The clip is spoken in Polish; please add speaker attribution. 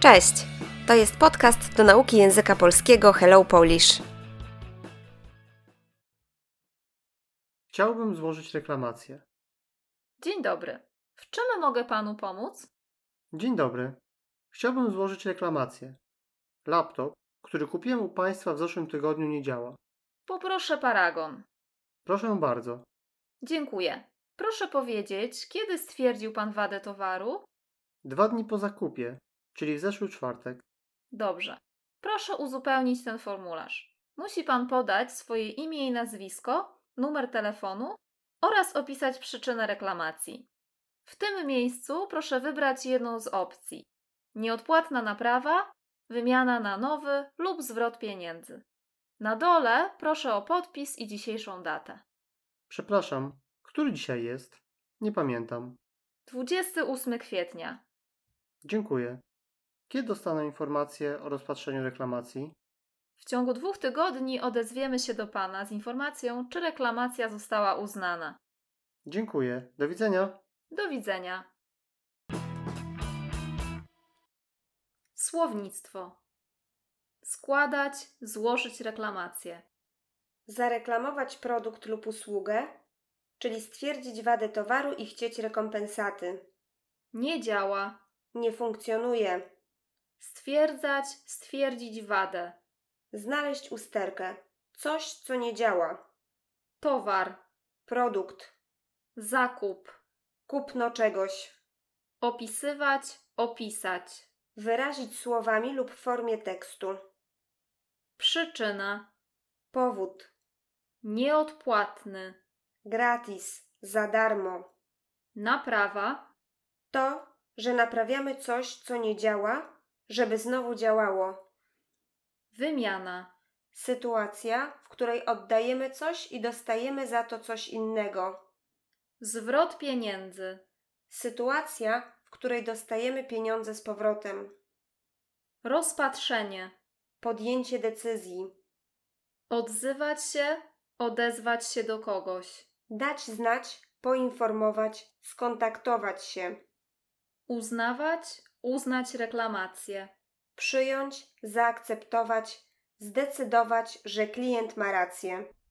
Speaker 1: Cześć! To jest podcast do nauki języka polskiego Hello Polish.
Speaker 2: Chciałbym złożyć reklamację.
Speaker 3: Dzień dobry. W czym mogę panu pomóc?
Speaker 2: Dzień dobry. Chciałbym złożyć reklamację. Laptop, który kupiłem u Państwa w zeszłym tygodniu, nie działa.
Speaker 3: Poproszę paragon.
Speaker 2: Proszę bardzo.
Speaker 3: Dziękuję. Proszę powiedzieć, kiedy stwierdził pan wadę towaru?
Speaker 2: Dwa dni po zakupie, czyli w zeszły czwartek.
Speaker 3: Dobrze. Proszę uzupełnić ten formularz. Musi pan podać swoje imię i nazwisko, numer telefonu oraz opisać przyczynę reklamacji. W tym miejscu proszę wybrać jedną z opcji: nieodpłatna naprawa, wymiana na nowy lub zwrot pieniędzy. Na dole proszę o podpis i dzisiejszą datę.
Speaker 2: Przepraszam, który dzisiaj jest? Nie pamiętam.
Speaker 3: 28 kwietnia.
Speaker 2: Dziękuję. Kiedy dostanę informację o rozpatrzeniu reklamacji?
Speaker 3: W ciągu dwóch tygodni odezwiemy się do Pana z informacją, czy reklamacja została uznana.
Speaker 2: Dziękuję. Do widzenia.
Speaker 3: Do widzenia. Słownictwo. Składać, złożyć reklamację.
Speaker 1: Zareklamować produkt lub usługę, czyli stwierdzić wadę towaru i chcieć rekompensaty.
Speaker 3: Nie działa.
Speaker 1: Nie funkcjonuje.
Speaker 3: Stwierdzać, stwierdzić wadę.
Speaker 1: Znaleźć usterkę. Coś, co nie działa.
Speaker 3: Towar,
Speaker 1: Produkt.
Speaker 3: zakup.
Speaker 1: Kupno czegoś.
Speaker 3: Opisywać, opisać.
Speaker 1: Wyrazić słowami lub w formie tekstu.
Speaker 3: Przyczyna.
Speaker 1: Powód.
Speaker 3: Nieodpłatny.
Speaker 1: Gratis. Za darmo.
Speaker 3: Naprawa.
Speaker 1: To, że naprawiamy coś, co nie działa, żeby znowu działało.
Speaker 3: Wymiana.
Speaker 1: Sytuacja, w której oddajemy coś i dostajemy za to coś innego.
Speaker 3: Zwrot pieniędzy.
Speaker 1: Sytuacja, w której dostajemy pieniądze z powrotem.
Speaker 3: Rozpatrzenie.
Speaker 1: Podjęcie decyzji.
Speaker 3: Odzywać się, odezwać się do kogoś.
Speaker 1: Dać znać, poinformować, skontaktować się.
Speaker 3: Uznawać, uznać reklamację.
Speaker 1: Przyjąć, zaakceptować, zdecydować, że klient ma rację.